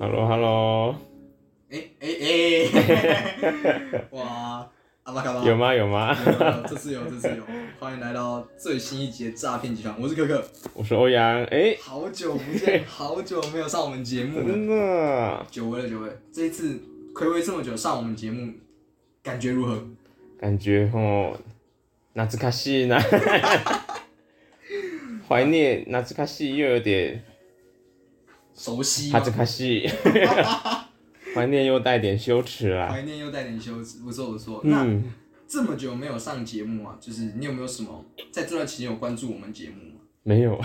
Hello，Hello，哎哎哎！ 哇，阿巴卡巴，有吗？有吗？ 有？有这次有，这次有。欢迎来到最新一集的诈骗集团，我是可可。我是欧阳。哎、好久不见，好久没有上我们节目了，真的久违了，久违了。这一次暌违这么久上我们节目，感觉如何？感觉吼，那兹卡西呢？ 怀念那兹卡西，又有点熟悉哈吗？兹卡西， 怀念又带点羞耻啦。怀念又带点羞耻，不错不错。那啊嗯，这么久没有上节目啊，就是你有没有什么在这段期间有关注我们节目吗？没有，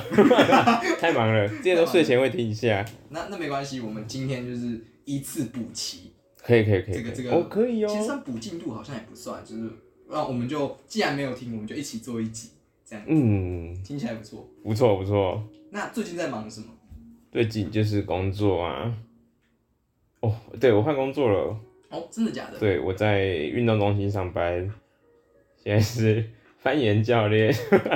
太忙了，这些都睡前会听一下。那那没关系，我们今天就是依次补齐。可以可以可以，这可个以这个哦可以其实哦。算补进度好像也不算，就是啊那我们就既然没有听，我们就一起做一集，这样嗯，听起来不错。不错不错。那最近在忙什么？最近就是工作啊。哦，对我换工作了。哦，真的假的？对，我在运动中心上班，现在是 攀岩教练，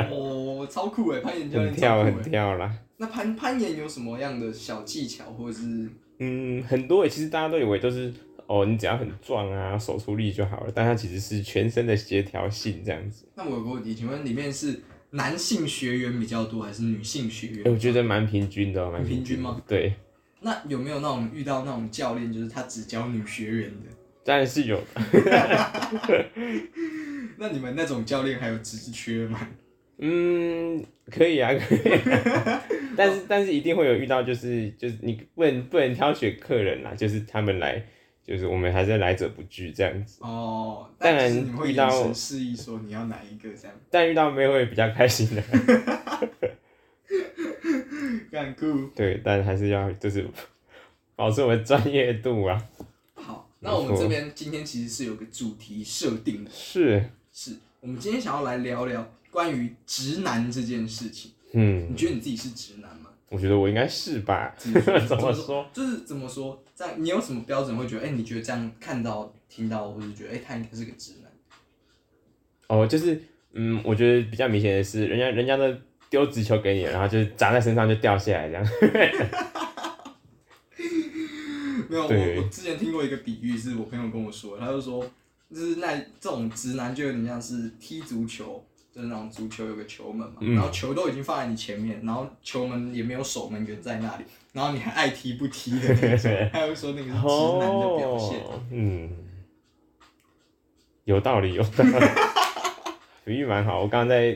哦，超酷哎，攀岩教很练跳超酷很哎。跳啦。那攀攀岩有什么样的小技巧，或者是嗯，很多诶，其实大家都以为都是哦，你只要很壮啊，手出力就好了，但它其实是全身的协调性这样子。那我有个问题，请问里面是男性学员比较多，还是女性学诶员？我觉得蛮平均的哦，蛮很平均均吗？对，那有没有那种遇到那种教练，就是他只教女学员的？ 当然是有，那你们那种教练还有职缺吗？嗯，可以啊，可以啊、 但是但是一定会有遇到，就是就是你不能不能挑选客人啦，就是他们来，就是我们还是来者不拒这样子。哦，当但然就是你会遇到眼神示意说你要哪一个这样。但遇到没有会比较开心的，干酷。对，但还是要就是 保持我们专业度啊。好，那我们这边今天其实是有个主题设定的，是，是我们今天想要来聊聊关于直男这件事情。嗯你，觉得你自己是直男 吗？我觉得我应该是吧。自己怎么说？就是怎么说，在你有什么标准会觉得，哎、你觉得这样看到、听到，或者觉得，哎、他应该是个直男？哦，就是嗯，我觉得比较明显的是，人家人家都丢直球给你，然后就是砸在身上就掉下来这样。 没有，对我我之前听过一个比喻，是我朋友跟我说的，他就说，就是那这种直男就有点像是踢足球，就是那种足球有个球门嘛，嗯然后球都已经放在你前面，然后球门也没有守门员在那里，然后你还爱踢不踢的那 种，他就说那个是直男的表现。哦，嗯，有道理，有道理， 比喻蛮好。我刚刚在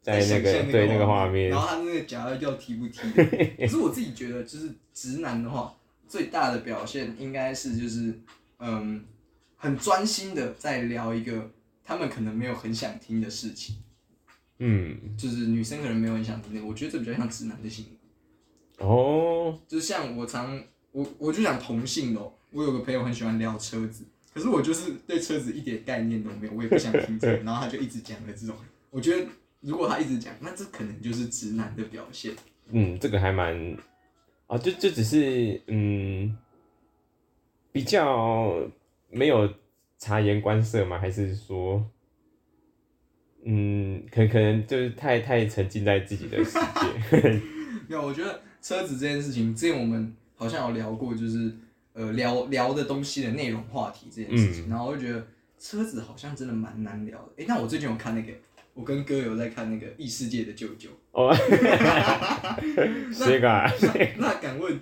在那想个象对那那个画面然，后他那个脚要要踢 不踢的？可是我自己觉得，就是直男的话，最大的表现应该是就是嗯，很专心的在聊一个他们可能没有很想听的事情，嗯，就是女生可能没有很想听的，我觉得这比较像直男的行为。哦，就是像我常我我就讲同性的哦、我有个朋友很喜欢聊车子，可是我就是对车子一点概念都没有，我也不想听这个，然后他就一直讲了这种，我觉得。如果他一直讲，那这可能就是直男的表现。嗯，这个还蛮啊，就就只是嗯，比较没有察言观色吗？还是说，嗯，可可能就是太太沉浸在自己的世界， 没有，我觉得车子这件事情，之前我们好像有聊过，就是呃聊聊的东西的内容话题这件事嗯情，然后我就觉得车子好像真的蛮难聊的。诶，那我最近有看那个，我跟哥有在看那个《异世界的舅舅》哦，谁敢？那。那敢问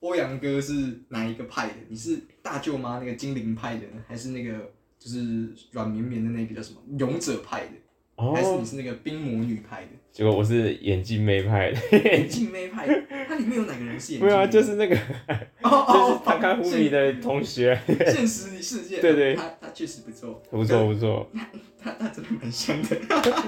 欧阳哥是哪一个派的？你是大舅妈那个精灵派的呢，还是那个就是软绵绵的那个叫什么勇者派的，还是哦你，是那个冰魔女派的？结果我是眼镜妹派 的，眼镜妹派的，它里面有哪个人是眼镜没妹？有啊，就是那个，就哦哦是，他看胡比的同学， 现实世界，对对他他确实不错，不错不错，他他真的蛮像的。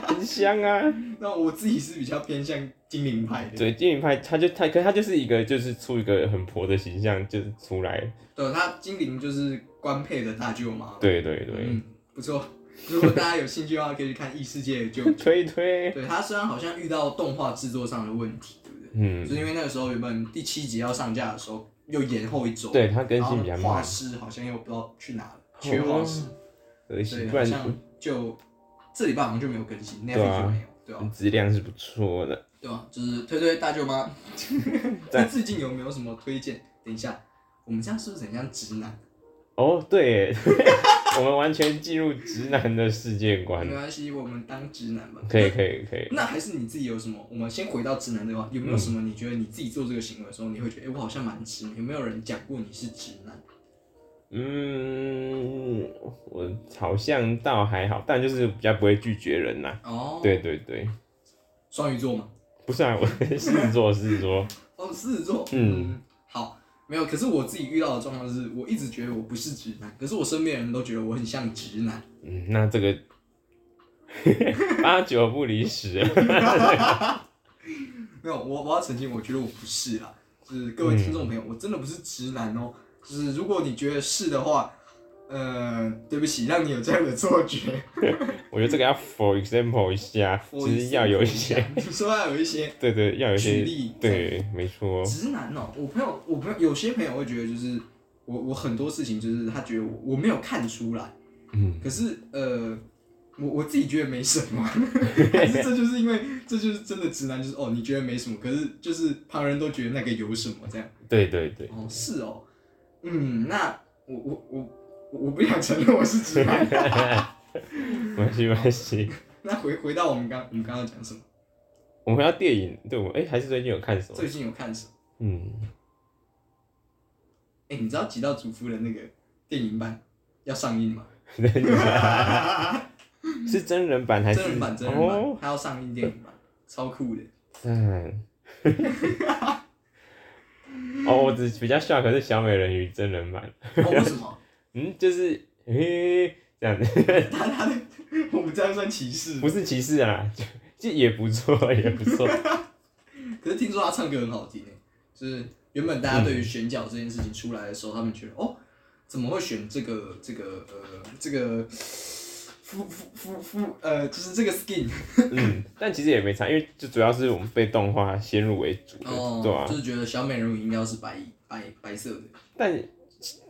很香啊。那我自己是比较偏向精灵派的，对，精灵派，他就他，可他就是一个就是出一个很婆的形象，就是出来了。对，他精灵就是官配的大舅妈，对对对，嗯，不错。如果大家有兴趣的话，可以去看《异世界的舅舅》推推，对他虽然好像遇到动画制作上的问题，对不对？嗯，就是因为那个时候原本第七集要上架的时候又延后一周，，对它更然后新比较画慢，师好像又不知道去哪了，缺画师，可惜，对，不好然像就这礼拜好像就没有更新对啊，Netflix 就没有，对吧？质量是不错的。 对吧？就是推推大舅妈。那赞 最近有没有什么推荐？等一下，我们这样是不是很像直男？哦，对 耶，我们完全进入直男的世界观没，关系，我们当直男吧。可以可以可以。那还是你自己有什么？我们先回到直男对吧？有没有什嗯么你觉得你自己做这个行为的时候，你会觉得，哎、我好像蛮直？有没有人讲过你是直男？嗯，我好像倒还好，但就是比较不会拒绝人呐、哦，，对对对，双鱼座嘛。不是啊，我狮子座，狮子座，哦，狮子座。 嗯，好，没有。可是我自己遇到的状况是，我一直觉得我不是直男，可是我身边的人都觉得我很像直男。嗯，那这个 八九不离十。 没有，我我要澄清，我觉得我不是啦，就是各位听嗯众朋友，我真的不是直男哦。就是如果你觉得是的话，呃，对不起，让你有这样的错觉， 我觉得这个要 for example 一下，就是要有一 些，，你说要有一些对对， 要有一举些，例，，对，没错，直男哦，我朋友，我朋友有些朋友会觉得就是我我很多事情就是他觉得我我没有看出来，嗯，可是呃，我我自己觉得没什 么，还是这就是因为这就是真的直男，就是哦，你觉得没什么，可是就是旁人都觉得那个有什么这样。对对对，哦，是哦，嗯，那我我我我我不想承认我是直男。没关系没关系。 那回回到我们刚我们刚刚讲什么？我们回到电影，对我哎、还是最近有看什么？最近有看什么？嗯， 哎、你知道《极道主夫》的那个电影版要上映吗？是真人版还是真人版真人版哦，，它要上映电影版，超酷的。赞。 哦，我只比较 shock 是小美人鱼真人版，哦，为什么？ 嗯，就是嘿这样 子，他他的，我们这样算歧视不？是歧视啊，就就也不错，也不错。可是听说他唱歌很好听诶，欸就是原本大家对于选角这件事情出来的时候，他们觉得哦，怎么会选这个这个呃这个肤肤肤肤呃，就是这个 skin 嗯，但其实也没差，因为就主要是我们被动画先入为主的，对啊哦就。是觉得小美人鱼应该要是白白白色的，但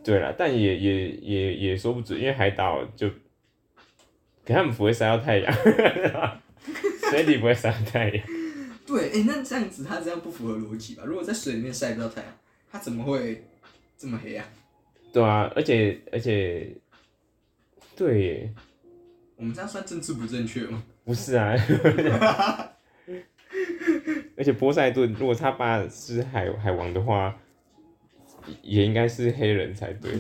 对了，但也也也也说不准，因为海岛就，可他们不会晒到太阳，水底不会晒到太阳。对，哎、那这样子他这样不符合逻辑吧？如果在水里面晒不到太阳，他怎么会这么黑啊？对啊，而且而且，对耶，我们这样算政治不正确吗？不是啊。 而且波塞顿，如果他爸是海海王的话，也也应该是黑人才对。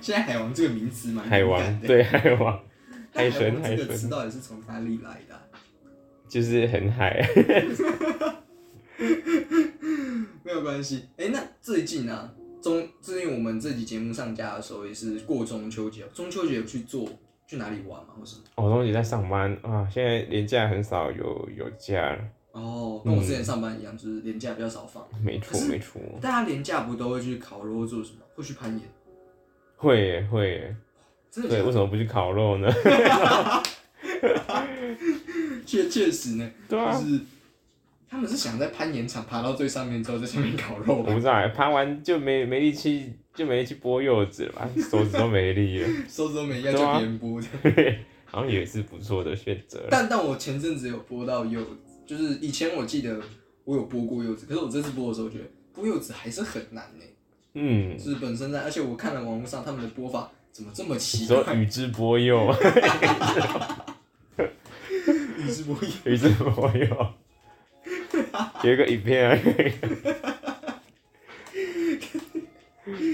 现在海王这个名词蛮海敏王感 的，对海王，那海海神王海这个神词到底是从哪里来的啊、就是很海。 没有关系。哎、那最近啊，中最近我们这集节目上架的时候也是过中秋节，中秋节有去做去哪里玩吗？或什么？哦我东西在上班啊，现在年假很少有有假了，哦，跟我嗯之前上班一样，就是年假比较少放。没错可是没错，大家年假不都会去烤肉做什么？会去攀岩？会耶会耶，真的假对，为的？什么不去烤肉呢？ 确确实呢，对就啊，是他们是想在攀岩场爬到最上面之后，在上面烤肉我吧不，知道耶，爬完就没没力气，就没力气剥柚子了吧，手指都没力了， 收收每要对叫啊别人剥的。好像也是不错的选择啦。但但我前阵子有播到柚子，就是以前我记得我有播过柚子，可是我这次播的时候觉得播柚子还是很难呢、嗯，就是本身在，而且我看了网络上他们的播法怎么这么你奇说怪，宇智波鼬，宇智波鼬，宇智波鼬，有一个影片啊，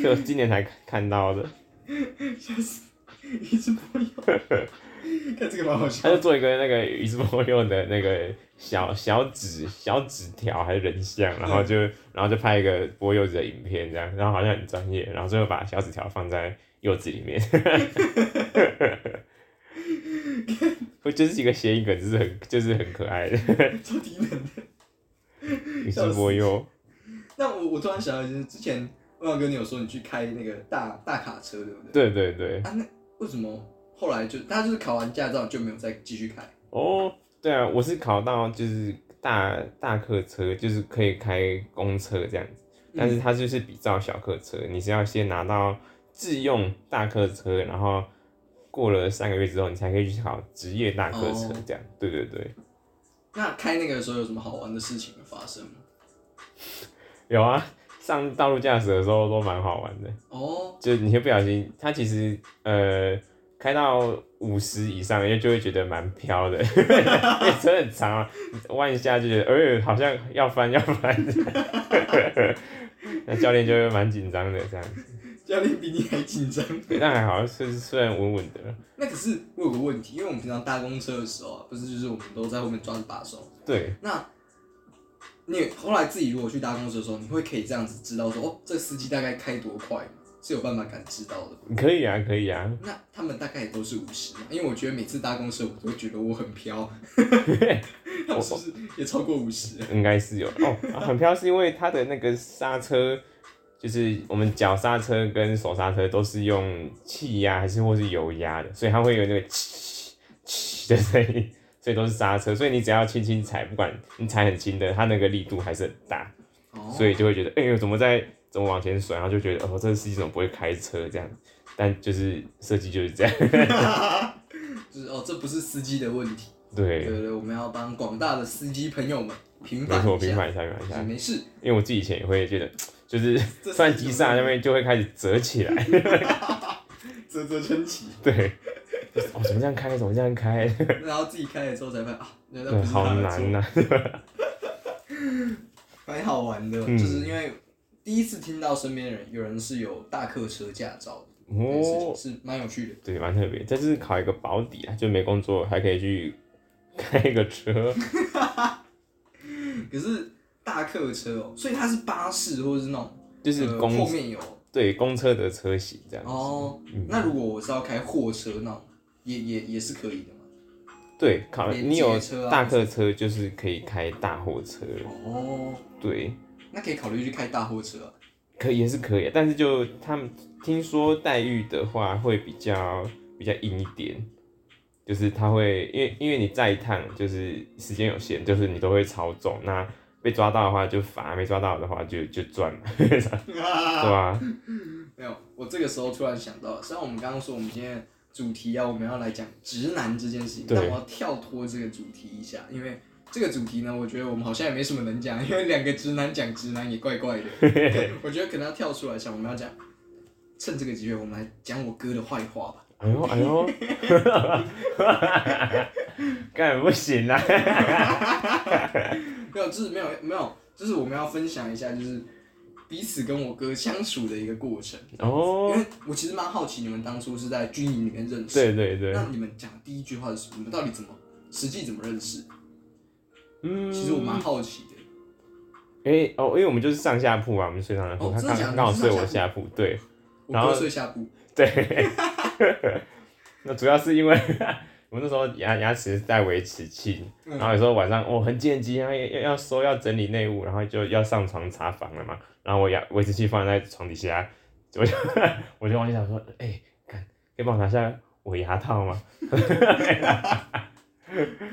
就我今年才看到的。笑死，宇智波鼬， 看这个蛮好笑他就做一个那个宇智波鼬的那个小小纸小纸条还是人像，然后就然后就拍一个剥柚子的影片这样，然后好像很专业，然后最后把小纸条放在柚子里面， 我就是一个谐音梗，就是很就是很可爱的的，超低能的。宇智波鼬，那我我突然想到，就是之前欧阳哥你有说你去开那个大大卡车，对不对对？对对，啊，那为什么后来就他就是考完驾照就没有再继续开？哦，对啊，我是考到就是大大客车，就是可以开公车这样子，但是它就是比照小客车，你是要先拿到自用大客车，然后过了三个月之后，你才可以去考职业大客车哦这样。对对对，那开那个的时候有什么好玩的事情发生吗？有啊，上道路驾驶的时候都蛮好玩的，哦，就你会不小心，它其实呃开到五十以上，因为就会觉得蛮飘的， 因为车很长啊，弯一下就觉得，呃，好像要翻要翻， 那教练就会蛮紧张的这样子。教练比你还 紧张。对但还好，虽虽然稳稳的，那可是我有个问题，因为我们平常搭公车的时候啊，不是就是我们都在后面抓着把手。对，那你后来自己如果去搭公车的时候，你会可以这样子知道说，哦，这司机大概开多快吗，是有办法感知到的。可以啊，可以啊，那他们大概也都是五十嘛，因为我觉得每次搭公车，我都觉得我 很飘。 他们是不是也超过五十？应该是有哦、啊很飘是因为它的那个刹车，就是我们脚刹车跟手刹车都是用气压还是或是油压的，所以它会有那个嘁嘁的声音，所以都是刹车。所以你只要轻轻踩，不管你踩很轻的，它那个力度还是很大，哦，所以就会觉得哎呦怎么在怎么往前甩，然后就觉得哦这个司机怎么不会开车这样。但就是设计就是这样， 就是哦，这不是司机的问题。对对，对对，我们要帮广大的司机朋友们平没反错，一平下。反一下，平反一就是下，没事，因为我自己以前也会觉得，就是这突然急刹那边就会开始折起来。啧啧 称奇，对，哦，怎么这样开？怎么这样开？然后自己开了之后才发现啊，原来对不，是好他的错难，啊呐、蛮好玩的，嗯就是因为第一次听到身边的人有人是有大客车驾照的，这件事情哦，是蛮有趣的。对，蛮特别。这是考一个保底啊，就没工作还可以去开一个车。 可是大客车哦，所以它是巴士或者是那种就是呃公、后面有对公车的车型这样子，哦。嗯那如果我是要开货车那种，也也也是可以的嘛。对，考连接你有车啊大客车就是可以开大货车，哦，对，那可以考虑去开大货 车啊、可也是可以啊，但是就他们听说待遇的话会比较比较硬一点，就是他会因为因为你在一趟就是时间有限，就是你都会超重，那被抓到的话就罚，没抓到的话就就赚嘛， 对啊吧、没有，我这个时候突然想到，虽然我们刚刚说我们今天的主题啊，我们要来讲直男这件事情，对但我要跳脱这个主题一下，因为这个主题呢，我觉得我们好像也没什么能讲，因为两个直男讲直男也怪怪的，对我觉得可能要跳出来想，我们要讲，趁这个机会，我们来讲我哥的坏话吧。哎呦哎呦， 干不行啊啦！没有，就是没有没有，就是我们要分享一下，就是彼此跟我哥相处的一个过程，因哦，为我其实蛮好奇你们当初是在军营里面认识的。对对对，那你们讲的第一句话是什么？你们到底怎么实际怎么认识？嗯，其实我蛮好奇的。哎、哦，因为我们就是上下铺嘛，我们睡上下铺，哦他真的假刚的刚好你是睡上我下下铺，对。我然后哥睡下铺，对， 那主要是因为 我那时候牙牙齿在维持器，嗯然后有时候晚上哦很紧急，然后要要要收要整理内务，然后就要上床查房了嘛，然后我牙维持器放在床底下， 我就我就忘记想说，哎、看可以帮我拿下我牙套吗？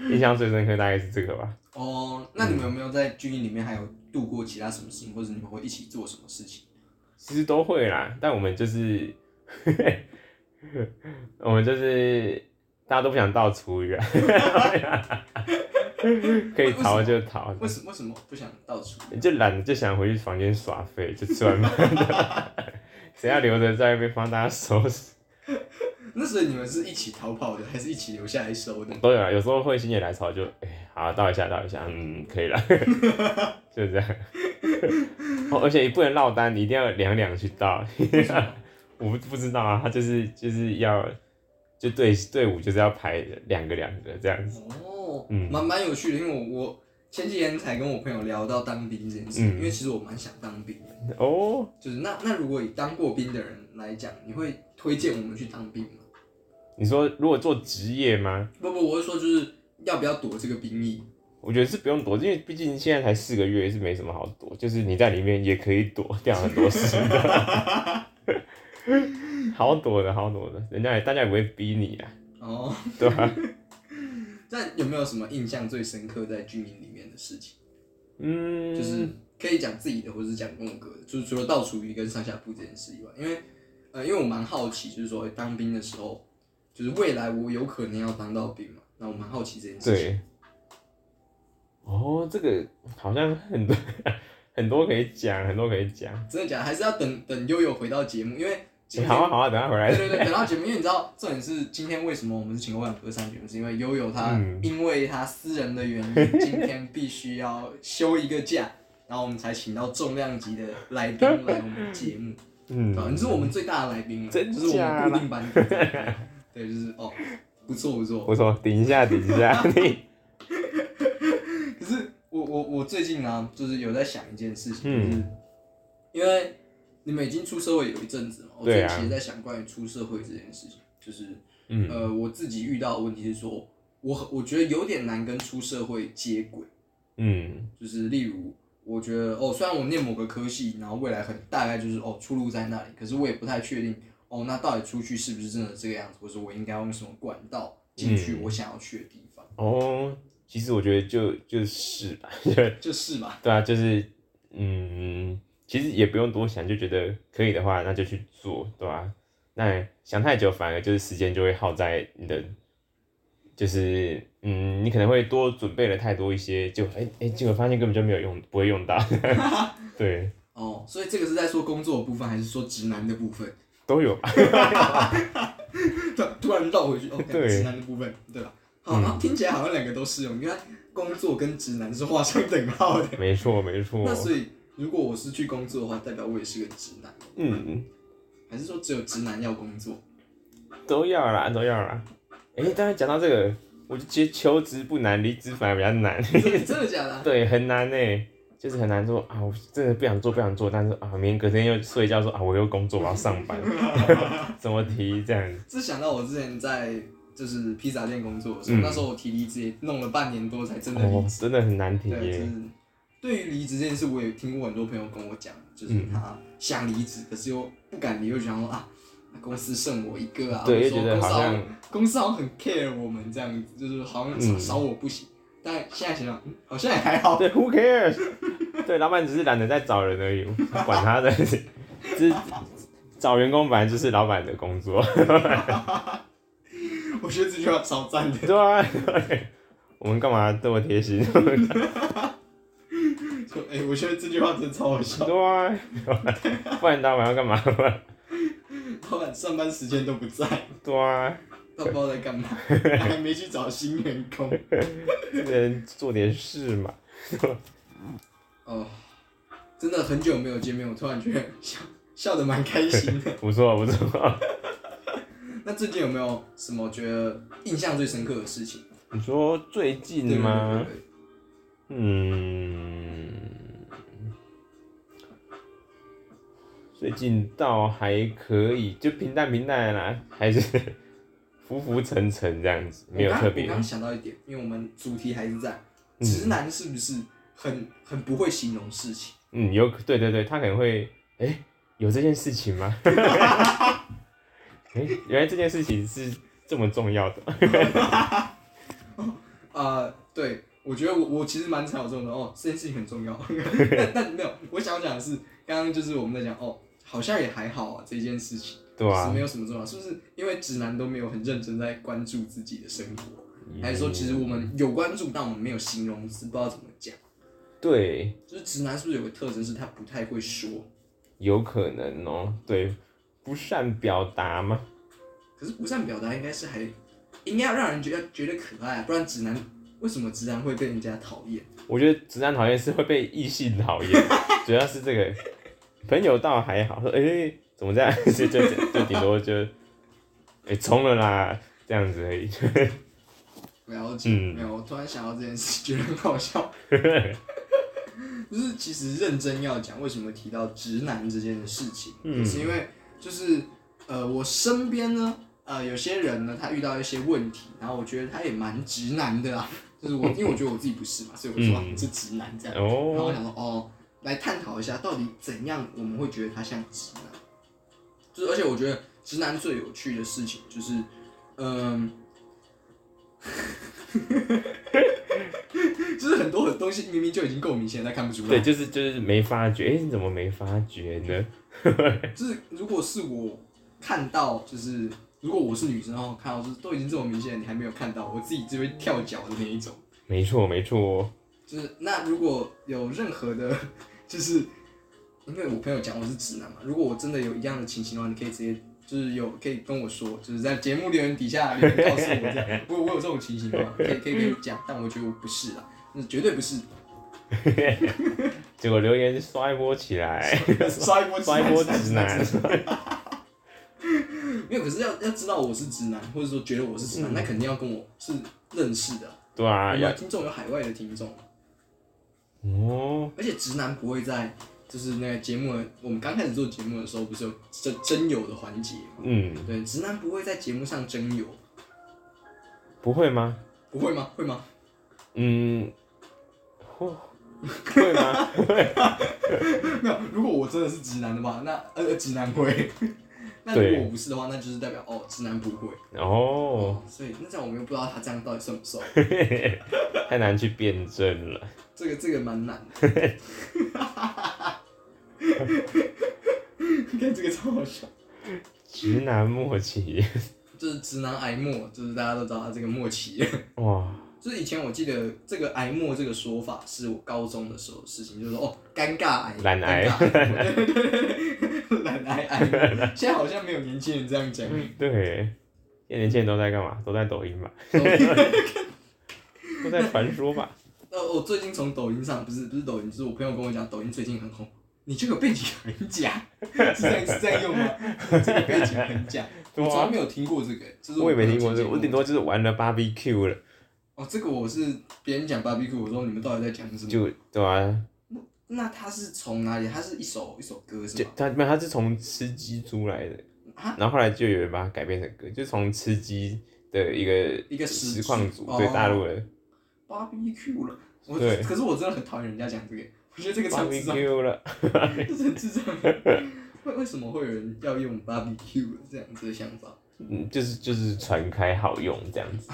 印象最深刻大概是这个吧。哦，那你们有没有在军营里面还有度过其他什么嗯事情，或者你们会一起做什么事情？其实都会啦，但我们就是， 我们就是大家都不想倒厨余啊， 可以逃就逃，为什为什么不想到处？就懒就想回去房间耍废，就吃完饭 的，谁要留着在那边帮大家收拾？那时候你们是一起逃跑的，还是一起留下来收的？都有啊，有时候会心血来潮就，哎、好倒一下倒一下，嗯，可以了， 就这样。 哦，而且也不能落单，你一定要两两去倒。 为什么我不不知道啊，他就是就是要就队队伍就是要排两个两个这样子，哦，嗯蛮蛮有趣的，因为我我前几天才跟我朋友聊到当兵这件事，嗯因为其实我蛮想当兵的。哦，就是那那如果以当过兵的人来讲，你会推荐我们去当兵吗？你说如果做职业吗？不不，我是说就是要不要躲这个兵役？我觉得是不用躲，因为毕竟现在才四个月，是没什么好躲。就是你在里面也可以躲掉很多事的，好躲的，好躲的，人家也大家也不会逼你啊，哦， 对吧、那有没有什么印象最深刻在军营里面的事情？嗯，就是可以讲自己的，或者是讲跟我哥的，就是除了倒厨余跟上下铺这件事以外，因为呃，因为我蛮好奇，就是说、诶当兵的时候，就是未来我有可能要当到兵嘛，那我蛮好奇这件事情。对。哦，这个好像很多， 很多可以讲，很多可以讲。真的假的？还是要等等悠悠回到节目，因为今欸天好啊好啊，等他回来对。对对，等到节目，因为你知道重点是今天为什么我们是请欧阳哥上节目，是因为悠悠他、嗯因为他私人的原 因，今天必须要休一个假，然后我们才请到重量级的来宾来我们节目， 嗯对啊吧，你是我们最大的来宾了，真就是我假们啦固定班 底，对，就是哦，不错不错。不错，顶一下顶一 下，你可是我我我最近呢、啊就是有在想一件事情，嗯就是因为你们已经出社会有一阵子嘛，我对最啊近其实在想关于出社会这件事情，就是。嗯呃，我自己遇到的问题是说，我很我觉得有点难跟出社会接轨，嗯就是例如，我觉得哦，虽然我念某个科系，然后未来很大概就是哦出路在那里，可是我也不太确定哦，那到底出去是不是真的这个样子，或者我应该用什么管道进去嗯我想要去的地方，哦，其实我觉得就就是吧，对就是嘛，对啊，就是嗯，其实也不用多想，就觉得可以的话，那就去做，对吧、那想太久，反而就是时间就会耗在你的，就是嗯，你可能会多准备了太多一些，就哎哎，结果发现根本就没有用，不会用 到，对，哦，所以这个是在说工作的部分，还是说直男的部分？ 都有吧，突突然绕回去，OK，对嗯直男的部分，对吧？好，然后听起来好像两个都适用，因为工作跟直男是画上等号的。没错没错，那所以，如果我是去工作的话，代表我也是个直男，嗯。还是说只有直男要 工作？都要啦，都要啦。哎、当然讲到这个，我就觉得求职不难，离职反而比较难。真的假的啊、对，很难呢、就是很难说啊，我真的不想做，不想做，但是啊，明天隔天又睡一觉说啊，我又工作，我要上班， 怎么提这样？这想到我之前在就是披萨店工作的时嗯候，那时候我提离职也弄了半年多才真的哦离，职。真的很难提对，就耶是。对于离职这件事，我也听过很多朋友跟我讲，就是嗯他想离职，可是又不敢离，又想说啊，那公司剩我一个啊，对，或又者觉得说公司好好像像公司好像很 care 我们这样子，就是好像少嗯少我不行。但现在想想，嗯好像也还好。对，Who cares？对，老板只是懒得再找人而已，管他的， 就是找员工本来就是老板的工作。 我觉得这句话超赞的。对啊，对我们干嘛这么贴心？ 就哎、我觉得这句话真的超好笑。对啊，不然老板要干嘛？老板上班时间都不在，对啊，都不知道在干嘛，还没去找新员工。这个人做点事嘛。哦，真的很久没有见面，我突然觉得笑笑得蛮开心的。不错不错。那最近有没有什么觉得印象最深刻的事情？你说最对近对吗？对对对嗯，最近倒还可以，就平淡平淡啦，还是浮浮沉沉这样子，没有我刚特别我刚。刚想到一点，因为我们主题还是在嗯直男是不是很很不会形容事情？嗯，有对对对，他可能会，哎、有这件事情吗？ 哎、原来这件事情是这么重要的。 啊，对，我觉得我我其实蛮常有这种的哦，这件事情很 重要。但但没有，我想要讲的是，刚刚就是我们在讲哦，好像也还好啊，这件事情对就是啊没，有什么重要，是不是？因为直男都没有很认真在关注自己的生活，嗯还是说其实我们有关注，但我们没有形容词，不知道怎么讲。对就是直男是不是有个特征是他不太会说，有可能哦，对，不善表达吗？可是不善表达应该是还应该要让人觉得觉得可爱、啊，不然直男为什么直男会被人家讨厌？我觉得直男讨厌是会被异性讨厌，主要是这个朋友倒还好，说哎、诶怎么这样，就就就顶多就哎冲、了啦这样子而已。了解，嗯没有，我突然想到这件事， 觉得很 好笑。就是其实认真要讲，为什么提到直男这件事情，嗯也是因为就是呃，我身边呢，呃，有些人呢，他遇到一些问题，然后我觉得他也蛮直男的啦。啊就是我，因为我觉得我自己不是嘛，所以我说、啊嗯你是直男这样。然后我哦，想说，哦，来探讨一下到底怎样我们会觉得他像直男。就是，而且我觉得直男最有趣的事情就是，嗯， 就是很多的东西明明就已经够明显，但看不出来。对，就是就是没发觉，哎、你怎么没发觉呢？就是如果是我看到，就是如果我是女生，然后看到就是都已经这么明显了，你还没有看到，我自己就会跳脚的那一种。没错没错，就是那如果有任何的就是因为我朋友讲我是直男嘛，如果我真的有一样的情形的话，你可以直接就是有可以跟我说，就是在节目留言底下留言告诉我这样， 我我有这种情形吗？可以可以跟你讲，但我觉得我不是啊，那绝对不是，结果留言刷一波起来，刷一波刷一波直男，没有，可是要要知道我是直男，或者说觉得我是直男，那肯定要跟我是认识的啊。对嗯啊，有要听众有海外的听众，哦，而且直男不会在就是那个节目的，我们刚开始做节目的时候不是有真真友的环节吗？嗯，对，直男不会在节目上真友，不会吗？不会吗？会吗？嗯，会会吗？ 没有，如果我真的是直男的话，那呃直男会。 那如对果我不是的话，那就是代表哦，直男不会。哦，所以那这样我们又不知道他这样到底算 不算，太难去辩证了。这个这个蛮难 的。你看这个超好笑。直男默契，就是直男癌末，就是大家都知道他这个末期。哇，就是以前我记得这个癌末这个说法是我高中的时候的事情，就是说哦，尴尬癌，懒癌尴尬癌，对对对对，懒癌癌末。现在好像没有年轻人这样讲，对，现在年轻人都在干嘛？都在抖音吧， 都在传说吧。那我最近从抖音上，不是不是抖音，就是我朋友跟我讲，抖音最近很红。你这个背景很假，是这样是这样用吗？这个背景很假，对我从来啊，没有听过这个，就是我也没朋友听过这个，推荐我顶多就是玩了 BBQ 了，哦，这个我是别人讲 barbecue，我说你们到底在讲什么？就对啊，那他是从哪里？他是一首一首歌是就吗？他没有，他是从吃鸡出来的，啊，然后后来就有人把它改编成歌，就从吃鸡的一个一个实实况组，哦对大陆 人 barbecue 了。我对 可是我真的很讨厌人家讲这个，我觉得这个超智障， BBQ 了， 这是智障。为为什么会有人要用 barbecue 这样子的想法？嗯，就是就是传开好用这样 子，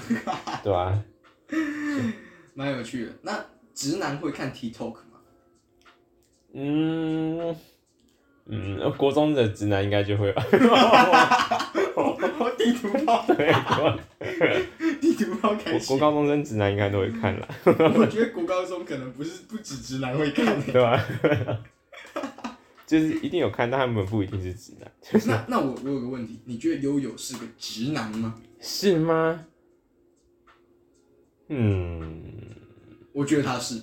对啊，蛮有趣的。那直男会看 TikTok 吗？嗯嗯，国中的直男应该就会吧。我地图炮，对，国地图炮开国国心。高中生直男应该都会看啦，我觉得国高中可能不是不止直男会看、欸。对吧、 就是一定有看，但他们不一定是直男，那那我我有个问题，你觉得悠悠是个直男吗？是吗？嗯，我觉得他是。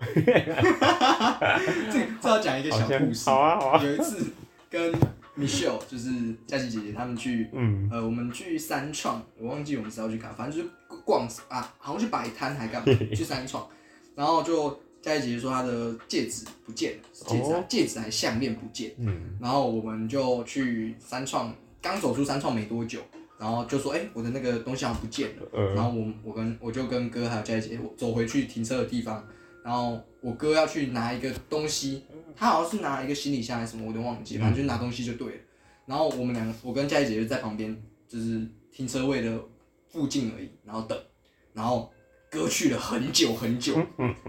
这个这要讲一个好小像故事。好啊好啊，有一次跟 Michelle 就是佳琪姐姐他们去，嗯，呃，我们去三创，我忘记我们是要去干嘛，反正就是逛啊，好像去摆摊还 干嘛，去三创，然后就佳琪姐姐说她的戒指不见了，是戒指、啊哦戒指还是项链不见，嗯，然后我们就去三创，刚走出三创没多久，然后就说，哎、我的那个东西好像不见了。然呃，后我我跟我就跟哥还有佳姐我走回去停车的地方，然后我哥要去拿一个东西，他好像是拿一个行李箱还是什么，我有点忘记，反正就是拿东西就对了。然后我们两个，我跟佳姐就在旁边，就是停车位的附近而已，然后等，然后哥去了很久很久，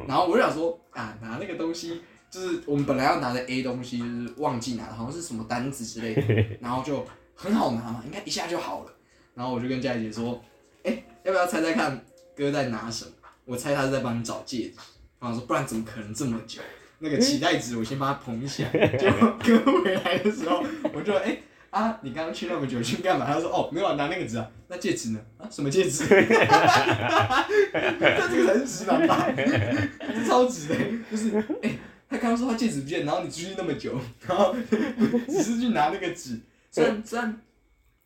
然后我就想说啊，拿那个东西。就是我们本来要拿的 A 东西，就是忘记拿了，好像是什么单子之类的，然后就很好拿嘛，应该一下就好了。然后我就跟佳姐说，要不要猜猜看哥在拿什么？我猜他是在帮你找戒指。然后我说不然怎么可能这么久？那个期待值我先帮他捧起来。结果哥回来的时候，我就哎、啊，你刚刚去那么久去干嘛？他说哦没有、啊、拿那个纸啊，那戒指呢？啊什么戒指？ 那这个才是直男吧？这超直的，就是哎、他刚刚说他戒指不见，然后你出去那么久，然后只是去拿那个纸，虽然虽然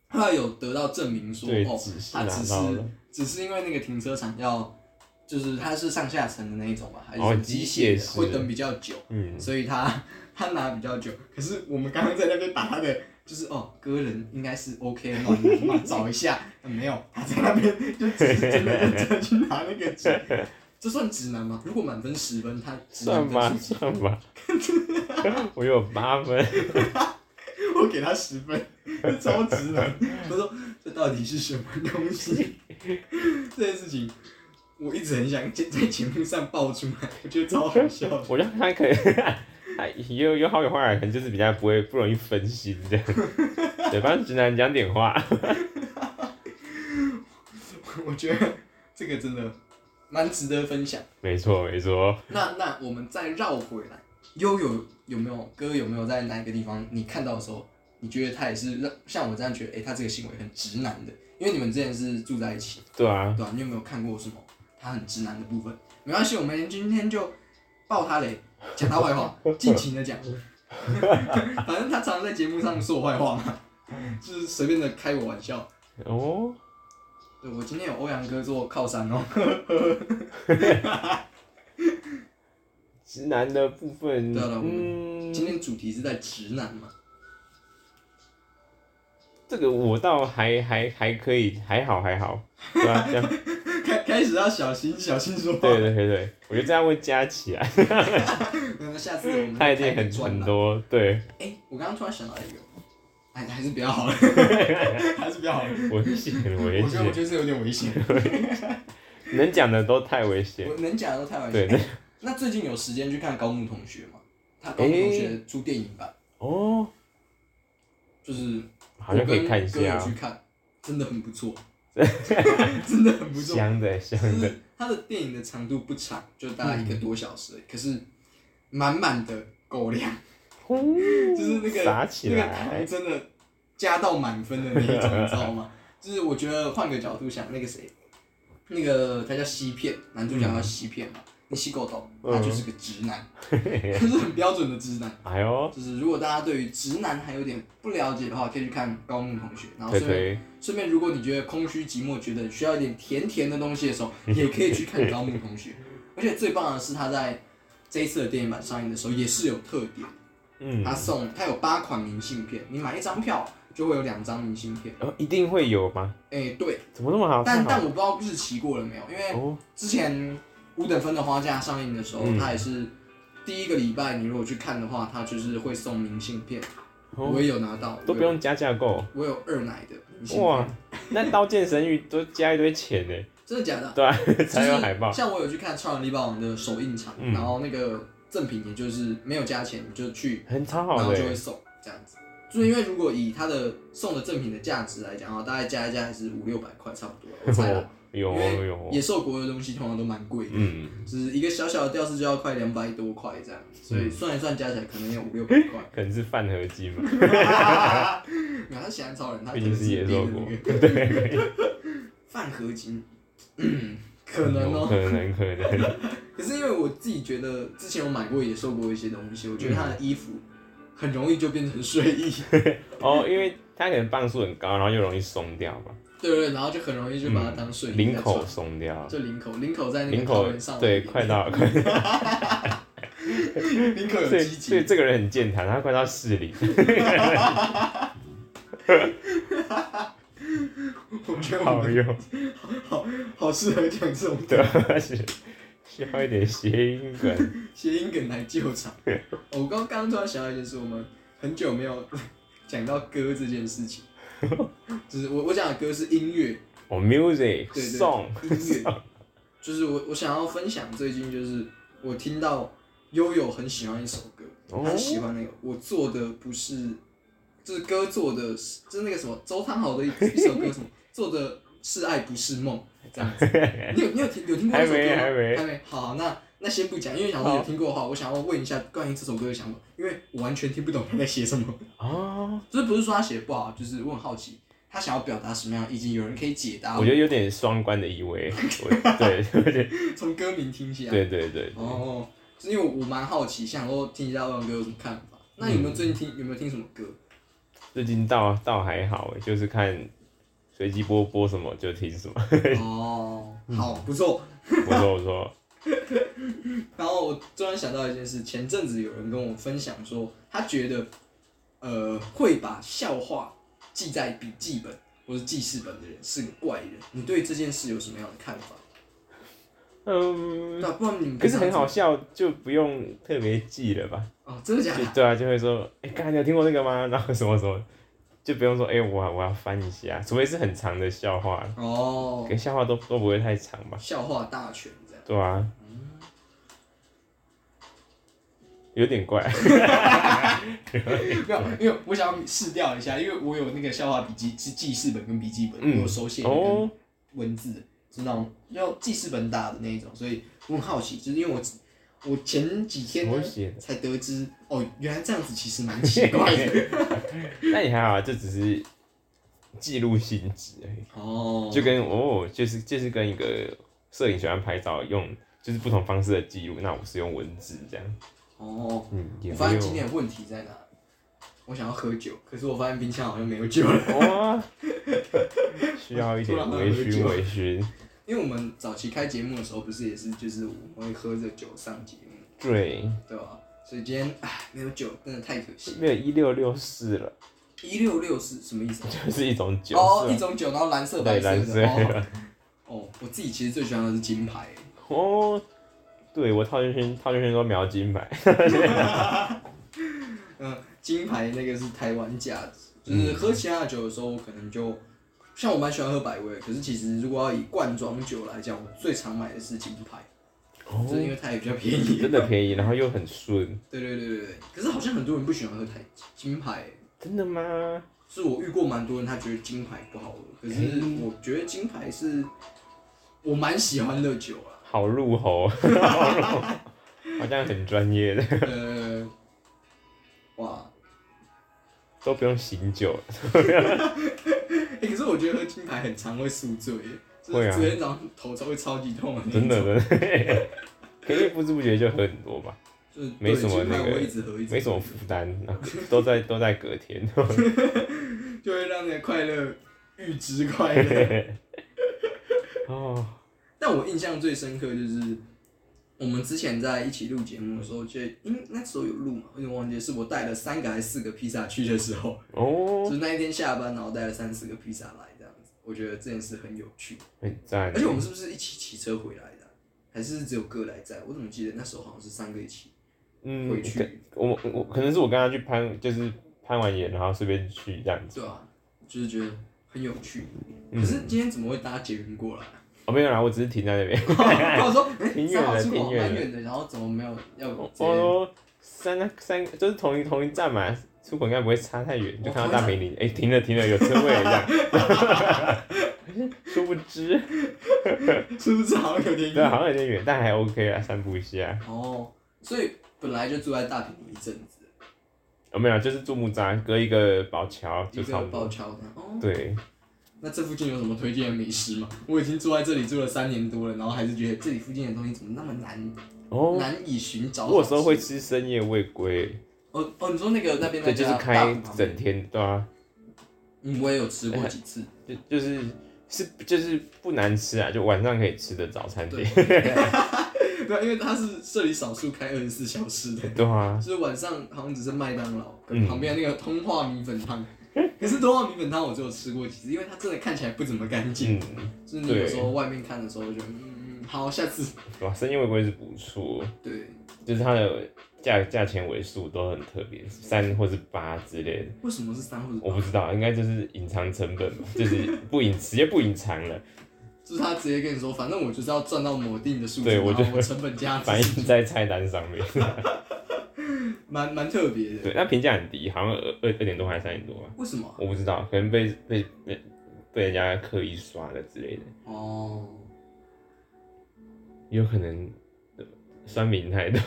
后来有得到证明说对，啊哦只是他拿只是到了，只是因为那个停车场要，就是它是上下层的那一种嘛，还是哦什么机械机械的，式会等比较久，嗯，所以他他拿比较久。可是我们刚刚在那边把他的，就是哦，哥人应该是 OK 的嘛，你嘛找一下，呃没有，他在那边就只是真的认真地去拿那个纸，这算直男吗？如果满分十分，他直算男吧分数算吧， 我有八分，我给他十分，这超直男。我说这到底是什么东西？这件事情我一直很想在在节目上爆出来，我觉得超好笑的。我觉得他可以，他有有好有坏，可能就是比较不会不容易分心这样， 对，帮直男讲点话，我觉得这个真的蛮值得分享。没错没错，那那我们再绕回来，悠悠有没有哥有没有在哪一个地方你看到的时候，你觉得他也是让像我这样觉得，哎、他这个行为很直男的，因为你们之前是住在一起，对啊，对吧、你有没有看过什么他很直男的部分？没关系，我们今天就爆他雷，讲他坏话，尽情的讲。 反正他常常在节目上说我坏话嘛，就是随便的开我玩笑。哦，对我今天有欧阳哥做靠山哦，直男的部分，对啊对啊我嗯，今天主题是在直男嘛，这个我倒还还还可以，还好还好，对 啊，这样，开开始要小心小心说话。对对对对，我觉得这样会加起来，那下次我们他再一定开很个专很栏。多，对哎、我刚刚突然想到一个，哎，还是不要好了， 还是不要好了。危险危我觉得我险，觉得这有点危险，能讲的都太危险，我能讲的都太危对 险。那那最近有时间去看高木同学吗？他高木同学出电影版，哦，就是好像可以看一我下跟哥哦有，去看，真的很 不错，真的很不错。香的香就 的，是他的电影的长度不长，就大概一个多小时而已，可是满满的狗粮，呼就是那个撒嗯起那个糖来，真的加到满分的那一种，你知道吗？ 就是我觉得换个角度想，那个谁，那个他叫西片，男主角叫西片嗯嘛，那西狗头，他就是个直男， 他是很标准的直男。 哎呦，就是如果大家对于直男还有点不了解的话，可以去看高木同学，然后推顺便推，顺便，如果你觉得空虚寂寞，觉得需要一点甜甜的东西的 时候，也可以去看高木同学。而且最棒的是，他在这一次的电影版上映的时候也是有特点，嗯，他送他有八款明信片，你买一张票就会有两张明信片。哦，一定会有吗？哎、对，怎么那么好？但太好但我不知道日期过了没有，因为哦，之前五等分的花架上映的时候，嗯他也是第一个礼拜，你如果去看的话，他就是会送明信片。哦我也有拿到，都不我有，用加价购。我有二奶的明信片。哇，那《刀剑神域》都加一堆钱呢，真的假的？对啊，就才是有海报。像我有去看《超人力霸王》的首映场，嗯然后那个赠品也就是没有加钱，你就去，很超然好后的就会欸，送这样子。就是因为如果以它的送的赠品的价值来讲的话，大概加一加还是五六百块差不多，我 猜啦。有因为哦有有，野兽国的东西通常都蛮贵的，嗯，就是一个小小的吊饰就要快两百多块这样，所嗯以算一算加起来可能有五六百块。 可能是饭合金嘛，没有，他喜欢超人，他毕竟是野兽国可能 是，对，饭合金，嗯， 可能有哦、可能可 能，可是因为我自己觉得，之前有买过野兽国一些东西，我觉得他的衣服很容易就变成睡衣， 哦，因为它可能磅数很高，然后又容易松掉吧，对对，然后就很容易就把它当睡衣、嗯领口，松掉，啊就领口，领口在那领个口高原上，对，快， 到快，领口有所以鸡所以鸡，这个人很健谈，他快到市 里，我觉得我好们用，好适合讲这种对，是需要一点谐音 梗，谐音梗来救场。哦我刚刚刚突然想到一件事，我们很久没有讲到歌这件事情，就是我我讲的歌是音乐，哦，music 对对 song，音 乐，就是我我想要分享最近就是我听到悠悠很喜欢一首歌，哦很喜欢那个我做的不是，就是歌做的是，就是那个什么周汤豪的一一首歌什么做的是爱不是梦这样子。你有你有听有听过那首歌吗？还没还没好好，那那先不讲，因为想说有听过的话，我想要问一下关于这首歌的想法，因为我完全听不懂他在写什么。 哦，就是不是说他写的不好，就是我很好奇他想要表达什么样的意境，有人可以解答我觉得有点双关的意味，我 对对从歌名听起来。对对对，哦，是因为我蛮好奇，想说听一下万哥有什么看法。那有没有最近听有没有听什么歌？最近倒倒还好欸，就是看随机播播什么就听什么， 哦，嗯好不错。不错不错，然后我突然想到一件事，前阵子有人跟我分享说，他觉得呃会把笑话记在笔记本或是记事本的人是个怪人。你对这件事有什么样的看法？ 嗯，对啊，不然你们可是很好啊、笑，就不用特别记了吧？哦，真的假就的？对啊，就会说，哎、刚才你有听过那个吗？然后什么什么，就不用说，哎、我我要翻一下，除非是很长的笑话，哦可，是笑话都都不会太长吧？笑话大全这样。对啊，有点怪，没有，因为我想要试掉一下，因为我有那个笑话笔记是记事本跟笔记本，嗯我有手写的跟哦，文字的，是那种要记事本打的那一种，所以我很好奇，就是因为我我前几天手呢写的才得知，哦，原来这样子其实蛮奇 怪的。那你还好啊，这只是记录性质而已，哦，就跟哦，就是就是跟一个摄影喜欢拍照用，就是不同方式的记录。那我是用文字这样，哦，嗯，也我没发有现今天的问题在哪里？我想要喝酒，可是我发现冰箱好像没有酒了。 哇， 需要一突然点喝微醺酒微醺，因为我们早期开节目的时候，不是也是就是我们会喝着酒上节目，对，对吧？所以今天唉没有酒，真的太可惜。没有一六六四了，一六六是什么意思？啊就是一种酒，哦，是一吧种酒，然后蓝色、白对色蓝色的。哦 的，哦，我自己其实最喜欢的是金牌。哦，对我套圈圈套圈圈都瞄金牌，嗯，金牌那个是台湾价值，就是嗯喝其他的酒的时候，我可能就像我蛮喜欢喝百威，可是其实如果要以罐装酒来讲，我最常买的是金牌，哦就是因为它也比较便宜。 真的便宜，然后又很顺，对对对对对，可是好像很多人不喜欢喝台金牌，真的吗？是我遇过蛮多人，他觉得金牌不好喝，可是我觉得金牌是我蛮喜欢的酒啊。好入喉， 好入喉好像很专业的，呃，哇， 都不用醒酒，欸可是我觉得喝金牌很常会宿醉耶，就会是啊昨天早上头超会超级痛的那真的种，真的，可是不知不觉就喝很多吧，就是没什么对金牌那个我会一直喝一直喝没什么负担，然后都在都在隔天，就会让那个快乐预知快乐。 哦，但我印象最深刻就是我们之前在一起录节目的时候，就因那时候有录嘛，我有点忘记是我带了三个还是四个披萨去的时候，就 哦，是那一天下班，然后带了三四个披萨来这样子。我觉得这件事很有趣，很赞而，且我们是不是一起骑车回来的啊？还是只有各来载？我怎么记得那时候好像是三个一起嗯，回去，我我我可能是我跟他去攀，就是攀完岩，然后顺便去这样子。对啊？就是觉得很有趣。可嗯是今天怎么会搭捷运过来啊？哦，没有啦，我只是停在那边。 然 后我说，哎、挺远的三号出口挺远的蛮远的，然后怎么没有要 我直接说哦三三就是同一同一站嘛，出口应该不会差太远，哦就看到大美女，哎、停了停了，有车位了这 样。 殊不知，是不是好像有点对，啊远？好像有点远，但还 OK 啊，散步一下。哦，所以本来就住在大坪一阵子，哦，没有，就是住木栅，隔一个宝桥一就差个不爆多。桥的。哦，对，那这附近有什么推荐的美食吗？我已经住在这里住了三年多了，然后还是觉得这里附近的东西怎么那么难、哦，难以寻找。我有时候会，吃深夜未归，哦哦，你说那个那边那对，就是家大开埔旁边整天，对啊，嗯，我也有吃过几 次。 就就是是就是不难吃啊，就晚上可以吃的早餐对店，，对，因为它是这里少数开二十四小时的， 对啊，就是晚上好像只是麦当劳嗯跟旁边那个通化米粉汤。 可是通化米粉汤我只有吃过几次，因为它真的看起来不怎么干净。嗯，就是你有时候外面看的时候就，嗯，嗯好，下次哇，啊深夜未归是不错。对。就是它的价价钱尾数都很特别，三或是八之类的，为什么是三或者我不知道，应该就是隐藏成本吧，就是不隐直接不隐藏了，就是他直接跟你说，反正我就是要赚到某定的数字，对然我后就我成本价反值，映在菜单上面。蛮蛮特别的。对，那评价很低，好像二二二点多还是三点多啊吧，为什么？我不知道，可能被被被被人家刻意刷了之类的，哦，也有可能。呃酸民太多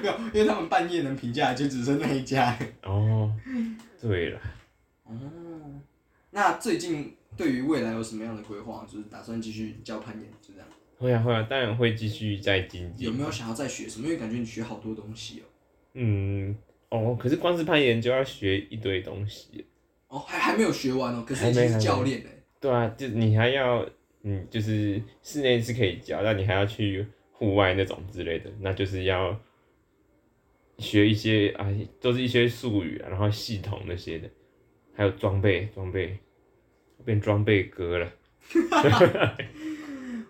没有，因为他们半夜能评价就只剩那一家。哦，对了，哦，那最近对于未来有什么样的规划？就是打算继续教攀岩，就这样。会啊会啊，当然会继续在经济有没有想要再学什么？因为感觉你学好多东西哦。嗯哦，可是光是攀岩就要学一堆东西，哦，还还没有学完哦，可是还没已经还是没教练欸嘞。对啊，就你还要，嗯，就是室内是可以教，但你还要去户外那种之类的，那就是要学一些啊，都是一些术语啊，然后系统那些的，还有装备，装备变装备哥了。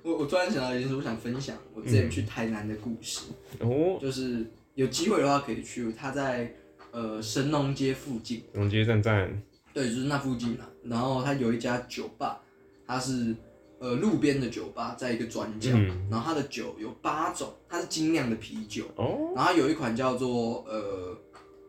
我我突然想到一件事，我想分享我之前去台南的故事。哦，就是有机会的话可以去，他在呃神农街附近，总结站站，对，就是那附近啊。然后他有一家酒吧，它是呃路边的酒吧，在一个转角，嗯然后它的酒有八种，它是精酿的啤酒，哦，然后它有一款叫做呃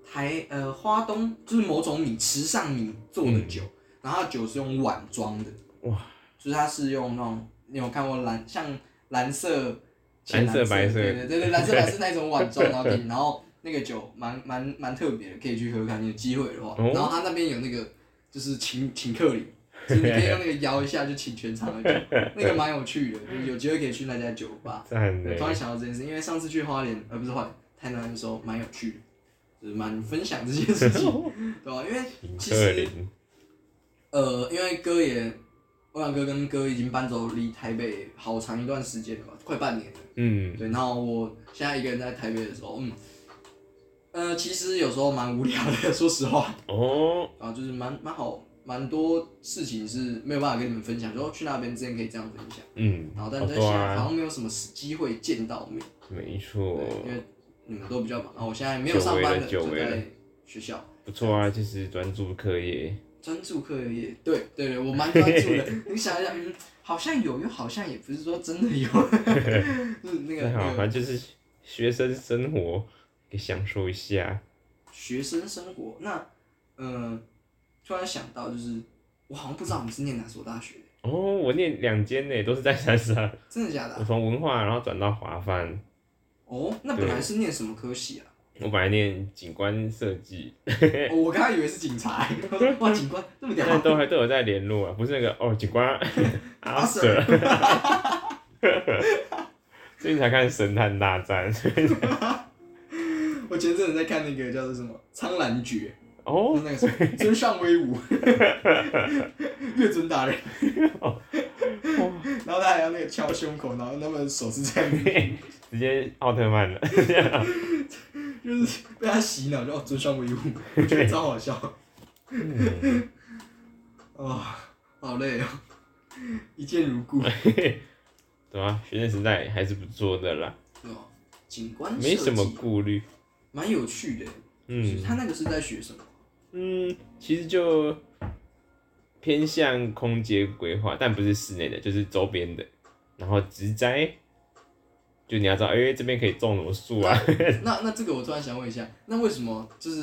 台呃花东，就是某种米池上米做的酒，然后它的酒是用碗装的，嗯哇，就是它是用那种你有看过蓝像蓝色。浅蓝色白色对对对对，蓝 色白色那种碗装，然后给你，然后那个酒蛮蛮蛮特别的，可以去喝看，你有机会的话。哦然后他那边有那个就是请请客礼，就是你可以用 那个摇一下就请全场喝酒，那个蛮有趣的，就是有机会可以去那家酒吧。赞我的突，然想到这件事，因为上次去花莲，呃，不是花莲，台南的时候蛮有趣的，就是蛮分享这件事情， 对啊吧、因为零其二实零，呃，因为哥也，欧阳哥跟哥已经搬走离台北好长一段时间了吧，快半年了。嗯，对，然后我现在一个人在台北的时候，嗯，呃，其实有时候蛮无聊的， 说实话，哦，啊，就是蛮蛮好，蛮多事情是没有办法跟你们分享，说去那边之前可以这样分享，嗯，然好后但是在多现在好啊，像没有什么机会见到面，没错对，，因为你们都比较忙，啊然后我现在没有上班了，久就违了久违了在学校。不错啊，就是专注课业，专注课业，对对对，我蛮专 注的。你想一想，嗯，好像有，又好像也不是说真的有， 就是那个那好，那反个正就是学生生活，给享受一下，学生生活。那，呃，突然想到，就是我好像不知道你是念哪所大学，哦，我念两间呢，都是在山上，真的假的我啊、从文化然后转到华范，哦，那本来是念什么科系啊？我本来念景观设计，哦我刚才以为是警察、 我说哇，警官这么屌、但都还都有在联络啊，不是那个哦景观 阿 Sir，最近才看《神探大战》我前阵子在看那个叫做什么《苍兰诀》，哦，就是那个什么尊上威武， 越尊大人。哦 然后他还要那个敲胸口，然后他们手是这样，直接奥特曼了， 就是被他洗脑，就哦尊上威武，我觉得超好笑。嗯，哦，好累哦，一见如故。对啊，学生时代还是不错的啦， 哦，景观没什么设计顾虑，蛮有趣的。嗯他那个是在学什么？嗯，其实就偏向空间规划，但不是室内的，就是周边的，然后植栽，就你要知道，哎、这边可以种什么树啊，那那这个我突然想问一下，那为什么就是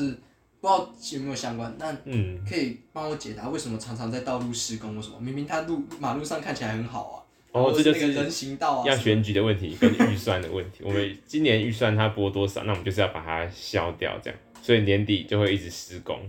不知道有没有相关？但嗯，可以帮我解答为什么常常在道路施工？为什么明明它路马路上看起来很好啊？哦，这然后就那个人是行道啊，要什么选举的问题跟预算的 问题。我们今年预算它拨多少，那我们就是要把它消掉，这样，所以年底就会一直施工，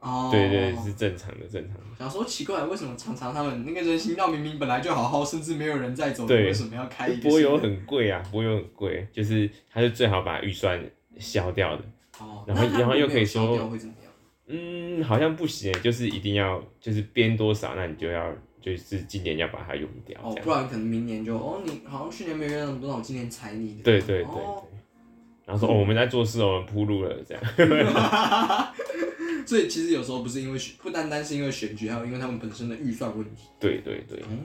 哦，对对，是正常的，正常的。想说奇怪，为什么常常他们那个人行道明明本来就好好，甚至没有人在走，对为什么要开一个柏油新的很贵啊，柏油很贵，就是它是最好把预算消掉的。哦，然后那他然后如果又没可以有消说掉会怎么样？嗯，好像不行，就是一定要就是编多少，那你就要就是今年要把它用掉哦这，样。不然可能明年就哦，你好像去年没有用那么多，那我今年踩你的。对对对对哦。然后说哦，我们在做事哦，我们铺路了这样。所以其实有时候不是因为选，不单单是因为选举，还有因为他们本身的预算问题。对对对，嗯，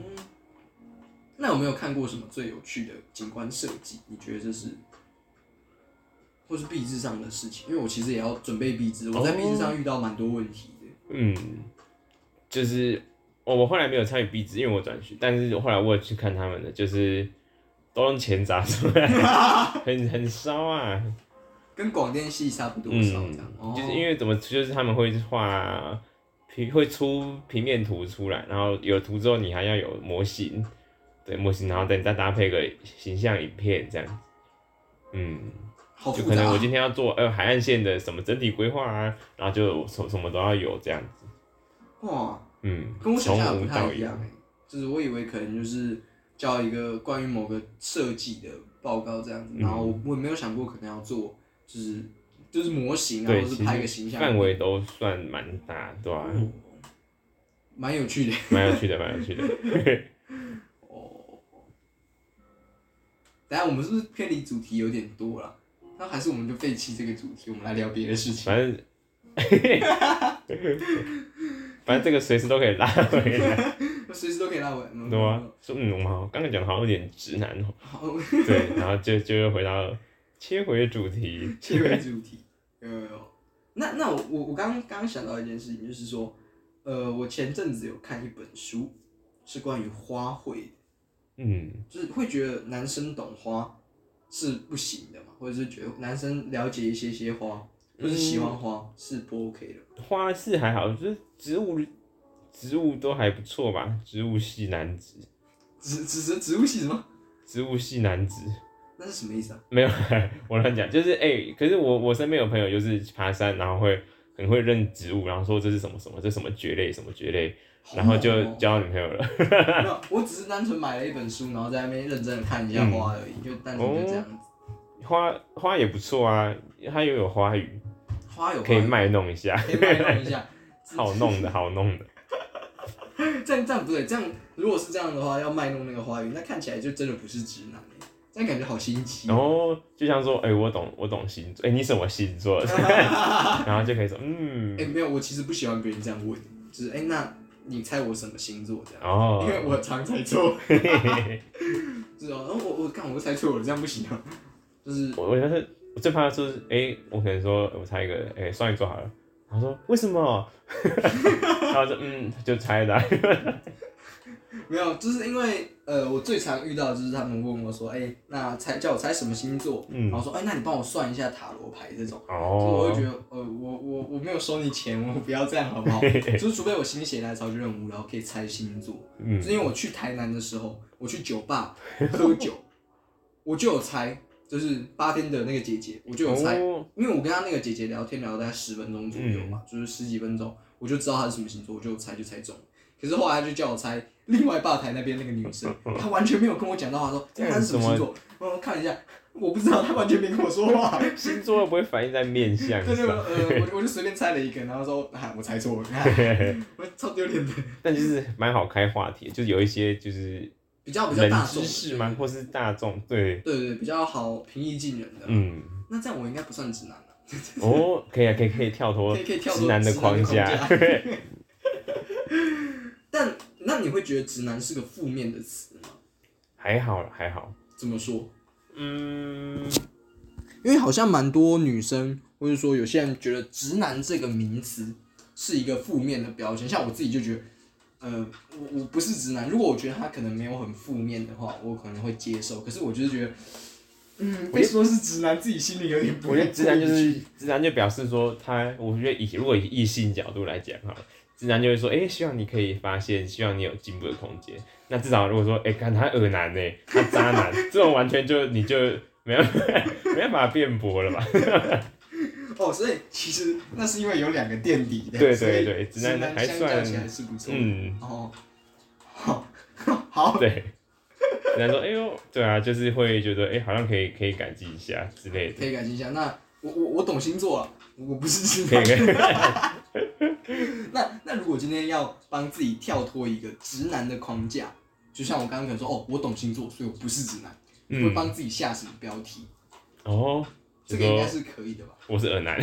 那有没有看过什么最有趣的景观设计？你觉得这是，或是壁纸上的事情？因为我其实也要准备壁纸，我在哦壁纸上遇到蛮多问题的。嗯，就是、哦、我后来没有参与壁纸，因为我转学，但是后来我有去看他们的，就是都用钱砸出来， 很很烧啊。跟广电系差不多少这样，嗯，哦就是因为怎么，就是他们会画平，会出平面图出来，然后有图之后你还要有模型，对模型，然后再再搭配个形象影片这样子，嗯，好就复可杂能我啊，今天要做呃海岸线的什么整体规划啊，然后就什什么都要有这样子，哇，嗯，跟我想从象的无不太到一有样、，欸、就是我以为可能就是叫一个关于某个设计的报告这样子，嗯然后我我也没有想过可能要做就是就是模型啊，对或是拍一个形象，范围都算蛮大，对吧、哦蛮有趣的。蛮有趣的，蛮有趣的。哦，等一下我们是不是偏离主题有点多了？那还是我们就废弃这个主题，我们来聊别的事情。反正， 反正这个随时都可以拉回来，随时都可以拉我。嗯对吗？说嗯，我们好，刚刚讲的好像有点直男 哦，好，对，然后就就又回到切回主题，切回主题。 有有有。那那我我我刚刚想到一件事情，就是说，呃，我前阵子有看一本书，是关于花卉的，嗯，就是会觉得男生懂花是不行的嘛，或者是觉得男生了解一些些花，或是喜欢花、是不 OK 的。花是还好，就是植物植物都还不错吧，植物系男子，植植植植物系什么？植物系男子，那是什么意思啊？没有， 我乱讲，就是哎、可是我我身边有朋友就是爬山，然后会很会认植物，然后说这是什么什么，这什么蕨类什么蕨类，好然后就猛哦交女朋友了。 没有，我只是单纯买了一本书，然后在那边认真的看一下花而已，嗯就单纯就这样子。花花也不错啊，它又有花语，花有哦花可以，卖弄一下，可以卖弄一下。 好弄的好弄的。这样这样不对，这样如果是这样的话，要卖弄那个花语，那看起来就真的不是直男欸这样感觉好心机然。后就像说，哎、我懂我懂星座，哎、你什么星座？ 然后就可以说，嗯哎、，没有，我其实不喜欢别人这样问，就是哎、那你猜我什么星座这样？哦因，为我常猜错，嘿嘿嘿 是哦，然后我我看我又猜错了，这样不行啊。就是我我觉得是我最怕的就是，哎、我可能说我猜一个，哎、双鱼座好了，然后说为什么？ 然后就嗯，就猜的啊、没有，就是因为呃，我最常遇到的就是他们问我说，哎、那猜叫我猜什么星座，嗯然后说，哎、那你帮我算一下塔罗牌这种，就是我会觉哦，得，呃，我我我没有收你钱，我不要这样 好不好？就是除非我心血来潮觉得很无聊，可以猜星座，嗯就是因为我去台南的时候，我去酒吧喝酒，我就有猜，就是八天的那个姐姐，我就有猜，哦因为我跟她那个姐姐聊天聊了大概十分钟左右嘛，嗯就是十几分钟，我就知道她是什么星座，我就有猜就猜中了。可是后来她就叫我猜另外吧台那边那个女生，嗯她完全没有跟我讲到话，说这样她是什么星怎座，我看了一下，我不知道，她完全没跟我说 话。星座又不会反映在面相他就上，呃，我就我就随便猜了一个，然后说啊，我猜错了， 我 超丢脸的。但就是蛮好开话题，就是有一些就是比较比较冷大众知的识吗？？或是大众对，对对对，比较好平易近人的。嗯，那这样我应该不算直男了，哦，可以啊，可以可以跳脱可以可以跳脱直男的框架，直男 但那你会觉得直男是个负面的词吗？还好啦还好，怎么说？嗯，因为好像蛮多女生，或者说有些人觉得直男这个名词是一个负面的标签，像我自己就觉得。呃，我我不是直男，如果我觉得他可能没有很负面的话，我可能会接受。可是我就是觉得，嗯，被说是直男，自己心里有点不。我觉得直男就是直男，就表示说他，我觉得以如果以异性角度来讲哈，直男就会说，哎、希望你可以发现，希望你有进步的空间。那至少如果说，哎、看他恶男呢、他渣男，这种完全就你就没有 没办法辩驳了吧？哦，所以其实那是因为有两个垫底的，对对所以对直直男还相较算起来是不错。嗯，哦， 好， 好，对。直男说，哎呦，对啊，就是会觉得，哎、好像可以可以感激一下之类的可。以感谢一下。那我我我懂星座了，我不是直可以男。可以， 那那如果今天要帮自己跳脱一个直男的框架，就像我刚刚可能说，哦，我懂星座，所以我不是直男，会嗯，帮自己下什么标题？哦，这就个应该说是可以的吧？我是恶男，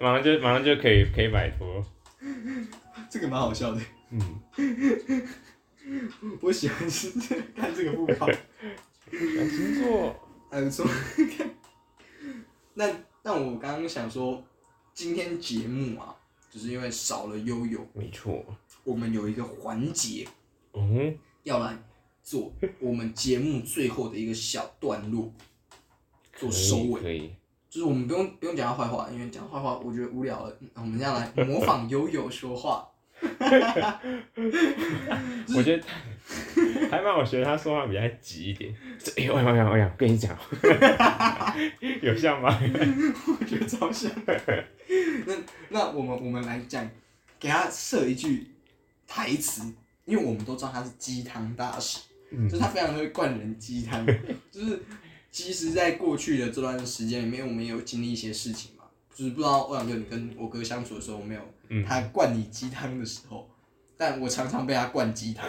马上就马上就可以可以摆脱，这个蛮好笑的，嗯。 我喜欢是看这个布 告，星座，还不错。 那但我刚刚想说，今天节目啊，就是因为少了悠悠，没错。我们有一个环节嗯，要来做我们节目最后的一个小段落，做收尾。可以。就是我们不用不用讲他坏话，因为讲坏话我觉得无聊了。嗯我们这样来模仿悠悠说话， 可以我 觉得还蛮，我觉得他说话比较急一点。这哎呦哎呦哎呦哎呦，跟你讲， 有像吗？我觉得超像。 那那我们我们来讲，给他设一句台词，因为我们都知道他是鸡汤大师，嗯就是他非常会灌人鸡汤。 就是其实，在过去的这段时间里面，我们也有经历一些事情嘛，就是不知道欧阳哥你跟我哥相处的时候，有没有嗯他灌你鸡汤的时候，但我常常被他灌鸡 汤，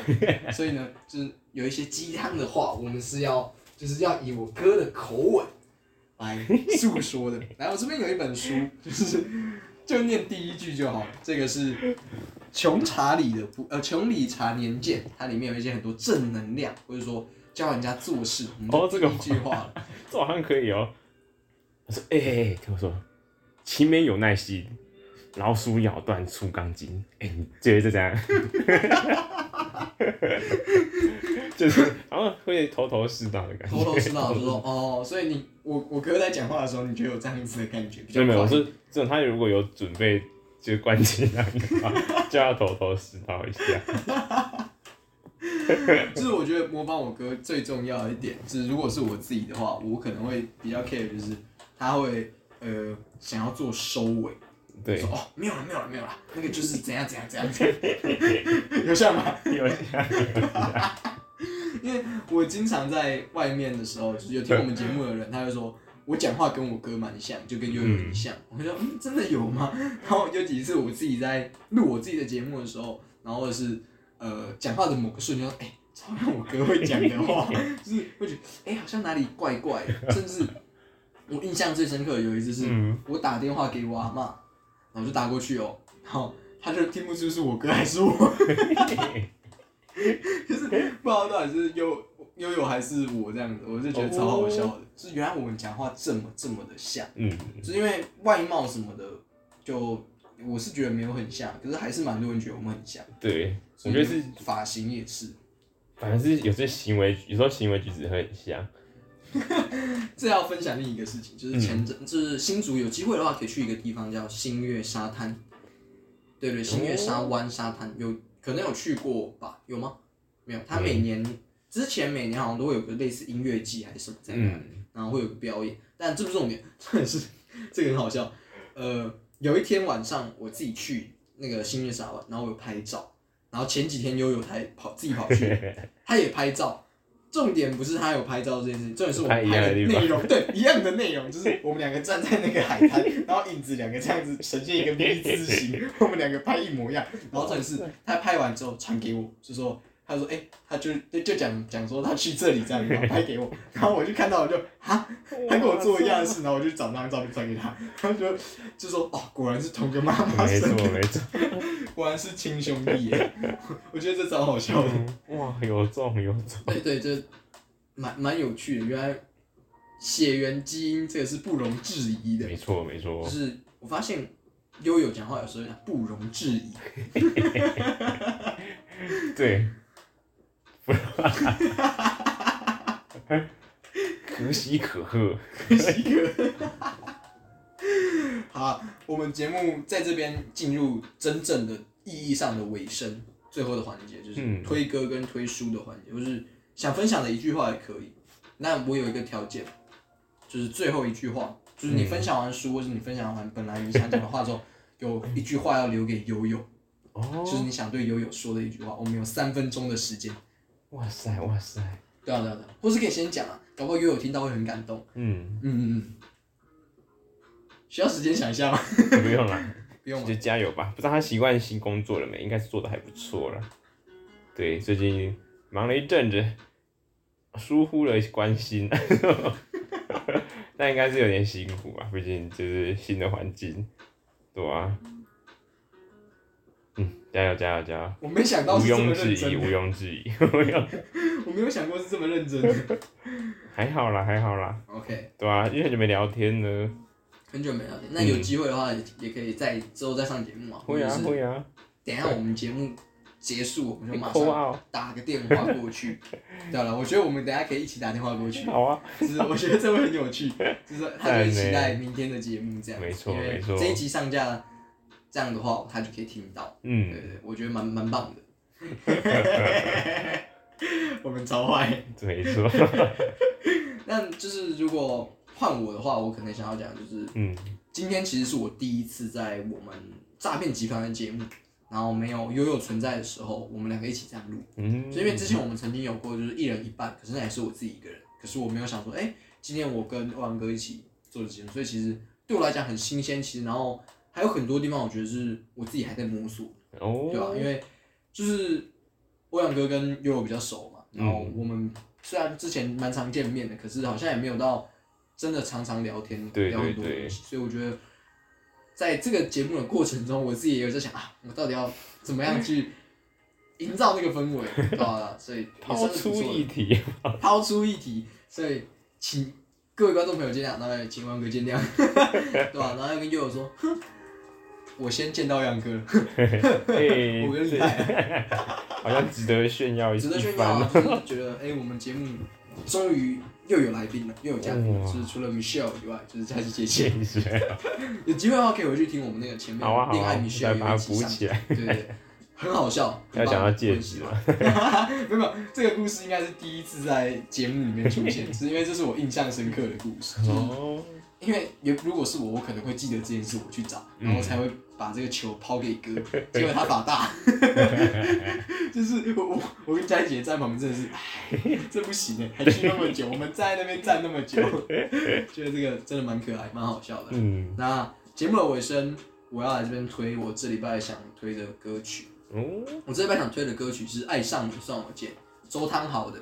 所以呢，就是有一些鸡汤的话，我们是要就是要以我哥的口吻来诉说的。 来，我这边有一本书，就是就念第一句就好了。这个是穷查理的不呃穷理查年鉴，它里面有一些很多正能量，或者说教人家做事。我们哦这个第一句话了，这好像可以哦。我说，哎、哎哎，听我说，勤勉有耐心，老鼠咬断粗钢筋。哎、你觉得这怎样？ 就是好像会头头是道的 感觉。头头是道就说哦，所以你我我哥在讲话的时候，你觉得有这样子的感觉比没较有没有，我快是这种他如果有准备 就是关机那个的话，就要头头是道一下。就是我觉得模仿我哥最重要的一点，就是如果是我自己的话，我可能会比较 care，就是他会呃想要做收尾，对说，哦没有了没有了没有了，那个就是怎样怎样怎样， 怎样有像吗？有像因为 我经常在外面的时候，就是有听我们节目的人，他就说我讲话跟我哥蛮像，就跟悠悠很像。我就说嗯，真的有吗？ 然后有几次我自己在录我自己的节目的时候，然后或者是呃讲话的某个瞬间，哎、超像我哥会讲的话， 就是会觉得哎、好像哪里怪怪的，甚至我印象最深刻的有一次是嗯我打电话给我阿妈，然后我就打过去哦，然后他就听不出是我哥还是我。 就是不知道到底是悠悠悠还是我这样子，我就觉得超好笑的。哦就是原来我们讲话这么这么的像，嗯，就是因为外貌什么的，就我是觉得没有很像，可是还是蛮多人觉得我们很像。对，我觉得是发型也是，反正是有些行为，有时候行为举止会很像。 这要分享另一个事情，就是前阵、就是新竹有机会的话，可以去一个地方叫新月沙滩。对对，新月沙湾沙滩有可能有去过吧？有吗？没有，它每年、之前每年好像都会有个类似音乐季还是什么在那里。嗯，然后会有个表演，但这不是重点， 重点是这个很好笑。呃，有一天晚上我自己去那个新月沙湾，然后我有拍照，然后前几天悠悠他也跑自己跑 去，他也拍照。重点不是他有拍照这件事情，重点是我拍们一样拍的的地方内容，对，一样的内容，就是我们两个站在那个海滩， 然后影子两个这样子呈现一个 V 字形， 我们两个拍一模一样。然后重点是他拍完之后传给我，就说他说哎、他就就就讲讲说他去这里这样，然后拍给我，然后我就看到我就啊，他跟我做一样的事，然后我就找那张照片传给他，他就就说哦，果然是同个妈妈没生错的，没错，果然是亲兄弟耶， 我觉得这超好笑的。哇，有中有中，对哎对，这蛮蛮有趣的。原来血缘基因这个是不容置疑的没，错没就错，是我发现悠悠讲话有时候不容置疑。对， 可喜可贺，好，我们节目在这边进入真正的意义上的尾声，最后的环节就是嗯推歌跟推书的环节，就是想分享的一句话也可以。那我有一个条件，就是最后一句话，就是你分享完书，或是你分享完本来你想讲的话之后，有一句话要留给悠悠，就是哦，你想对悠悠说的一句话。我们有三分钟的时间，哇塞哇塞，对啊对啊对啊，或是可以先讲啊，搞不好悠悠听到会很感动。嗯，嗯嗯嗯，需要时间想一下吗？不用了。不用了就。加油吧！不知道他习惯新工作了没？应该是做的还不错了。对，最近忙了一阵子，疏忽了关心， 那应该是有点辛苦吧，毕竟就是新的环境，对啊。嗯，加油加油加油！我没想到毋是这么庸认置疑，真毋的，庸置疑，毋庸我没有想过是这么认真的。 还好啦，还好啦， OK，对啊，因为很久没聊天了，很久没聊天，那有机会的话也也可以再之后再上节目啊，或会者啊是会啊，等一下我们节目结束，我们就马扣上啊，打个电话过去。对啊了，我觉得我们等一下可以一起打电话过 去，好啊，就是我觉得这会很有趣，就是他就会期待明天的节目这样。没错因为没错这一集上架，这样的话他就可以听到。对嗯，对，我觉得蛮蛮棒的。 我们超坏。没错，但就是如果换我的话，我可能想要讲就是，嗯，今天其实是我第一次在我们诈骗集团的节目，然后没有悠悠存在的时候，我们两个一起这样录。嗯，所以因为之前我们曾经有过就是一人一半，可是那也是我自己一个人，可是我没有想说，哎、今天我跟欧阳哥一起做的节目，所以其实对我来讲很新鲜，其实然后还有很多地方我觉得是我自己还在摸索，哦，对吧、因为就是欧阳哥跟悠悠比较熟嘛，然后嗯我们虽然之前蛮常见面的，可是好像也没有到真的常常聊天，对聊很多对对东西，所以我觉得在这个节目的过程中，我自己也有在想啊，我到底要怎么样去营造那个氛围，对吧、 所以也抛算是出不错一 的，题，抛出一题，所以请各位观众朋友见谅，当然也请欧阳哥见谅， 对吧、然后要跟悠悠说，哼，我先见到欧阳哥了。嘿我跟你啊这好像值得炫耀一值得一炫耀番啊！ 了。就是觉得，哎、我们节目终于又有来宾了，又有嘉宾了，哇就是除了 Michelle 以外，就是佳琪姐姐。谢谢， 有机会的话可以回去听我们那个前面嗯好啊好恋啊爱，再 Michelle 把有一它期补上，起来。对对对，很好笑。要讲到戒指了， 没有没有，这个故事应该是第一次在节目里面出现，是因为这是我印象深刻的故事。就是 哦，因为也如果是我，我可能会记得这件事，我去找，嗯然后才会把这个球抛给 哥，结果他把大，就是我我我跟佳姐在旁边真的是，唉，这不行哎，还去那么久，我们在那边站那么 久，觉得这个真的蛮可爱，蛮好笑的。嗯，那节目的尾声，我要来这边推我这礼拜想推的歌曲，哦，我这礼拜想推的歌曲是《爱上你算我贱》，周汤豪的。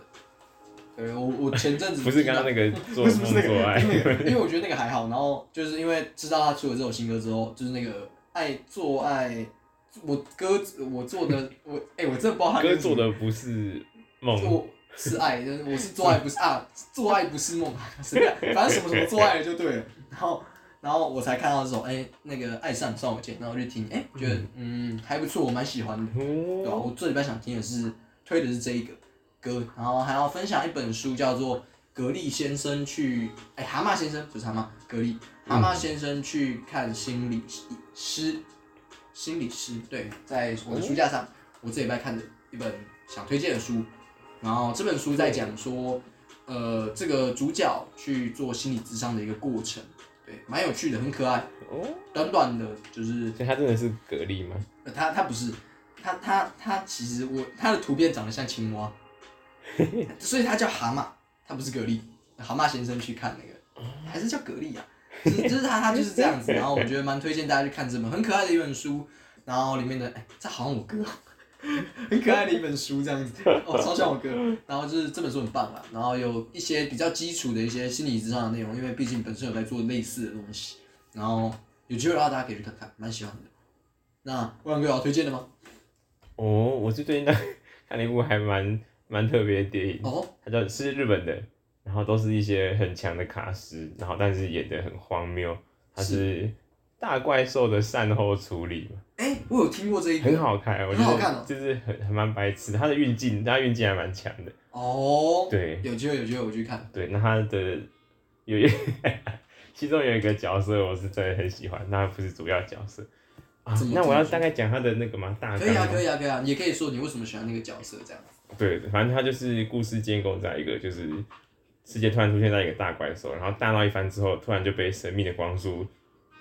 对，我我前阵子不是听刚到刚那个做不是不梦是那做个，爱不， 是那个，因为我觉得那个还好。然后就是因为知道他出了这首新歌之后，就是那个爱做爱，我歌我做的 我哎、我真的不知道他哥做的不是梦，哦做是爱，就是我是做爱不是啊，做爱不是梦， 是这样，反正什么什么做爱了就对了。然后然后我才看到这首哎、那个爱上算我贱，然后我就听哎、我觉得嗯还不错，我蛮喜欢的。对啊，哦，我最礼拜想听的是推的是这一个歌，然后还要分享一本书，叫做《格力先生去》，哎，蛤蟆先生不是蛤蟆，格力，蛤蟆先生去看心理师，心理师，对，在我的书架上，我这礼拜看的一本想推荐的书，然后这本书在讲说，呃，这个主角去做心理咨商的一个过程，对，蛮有趣的，很可爱，哦，短短的，就是所以它真的是蛤蜊吗？呃他他不是，他他他其实我他的图片长得像青蛙，所以他叫蛤蟆，他不是蛤蜊。蛤蟆先生去看那个，还是叫蛤蜊啊？就是就是他他就是这样子，然后我觉得蛮推荐大家去看这本很可爱的一本书，然后里面的哎、这好像我哥哦，很可爱的一本书这样子，哦超像我哥。然后就是这本书很棒啦，啊然后有一些比较基础的一些心理之上的内容，因为毕竟本身有在做类似的东西，然后有机会的话大家可以去看看，蛮喜欢的。那万哥有要推荐的吗？哦，我是最近在 看了一部还蛮蛮特别的电影，哦，它叫是日本的，然后都是一些很强的卡司，然后但是演的很荒谬，它是大怪兽的善后处理嘛，哎、我有听过这一个很好看，我觉得很好看哦就是很很蛮白痴的，它的运镜，它运镜还蛮强的，哦，对有机会有机会我去看。对，那它的有一 其中有一个角色我是真的很喜欢，那不是主要角色啊怎，么那我要怎么说大概讲它的那个吗？大可以啊，纲吗可以啊，可以啊，也可以说你为什么喜欢那个角色这样子。对，反正它就是故事建构在一个就是世界突然出现在一个大怪兽，然后大闹一番之后，突然就被神秘的光束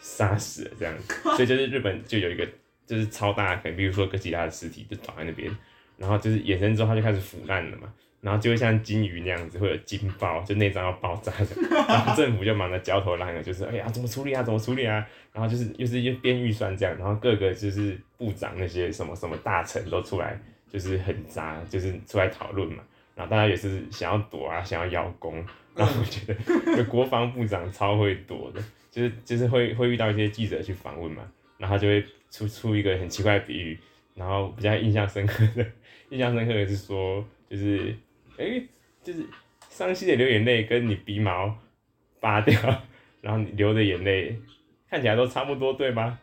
杀死了这样，所以就是日本就有一个就是超大的坑，比如说哥吉拉的尸体就倒在那边，然后就是衍生之后它就开始腐烂了嘛。然后就会像金鱼那样子，会有金爆，就内脏要爆炸的，然后政府就忙得焦头烂额，就是哎呀怎么处理啊，怎么处理啊，然后就是又是又编预算这样，然后各个就是部长那些什么什么大臣都出来，就是很杂，就是出来讨论嘛，然后大家也是想要躲啊，想要邀功，然后我觉得就国防部长超会躲的，就是就是会会遇到一些记者去访问嘛，然后他就会出出一个很奇怪的比喻，然后比较印象深刻的，印象深刻的是说，就是哎、诶就是伤心的流眼泪跟你鼻毛拔掉， 然后你流的眼泪看起来都差不多，对吗？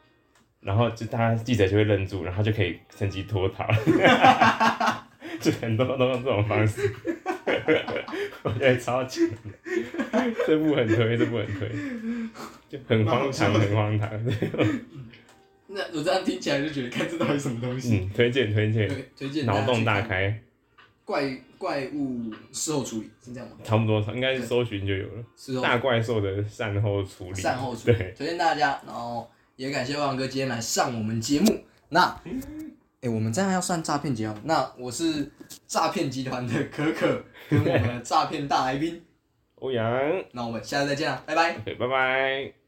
然后就大家记者就会愣住，然后就可以趁机脱逃， 就很多都用这种方式， 我觉得超强的，这部很推，这部很推，就很荒唐，很荒唐， 那我这样听起来就觉得看这到底什么东西？嗯，推荐推荐，对，推荐脑洞大家去看开。怪怪物事后处理是这样吗？差不多，应该是搜寻就有了。事后大怪兽的善后处理，善后处理对，，推荐大家，然后也感谢万哥今天来上我们节目。那，哎、我们这样要算诈骗集团？那我是诈骗集团的可可跟我们的诈骗大来宾，欧阳那我们下次再见啦，拜拜。 ，OK，拜拜。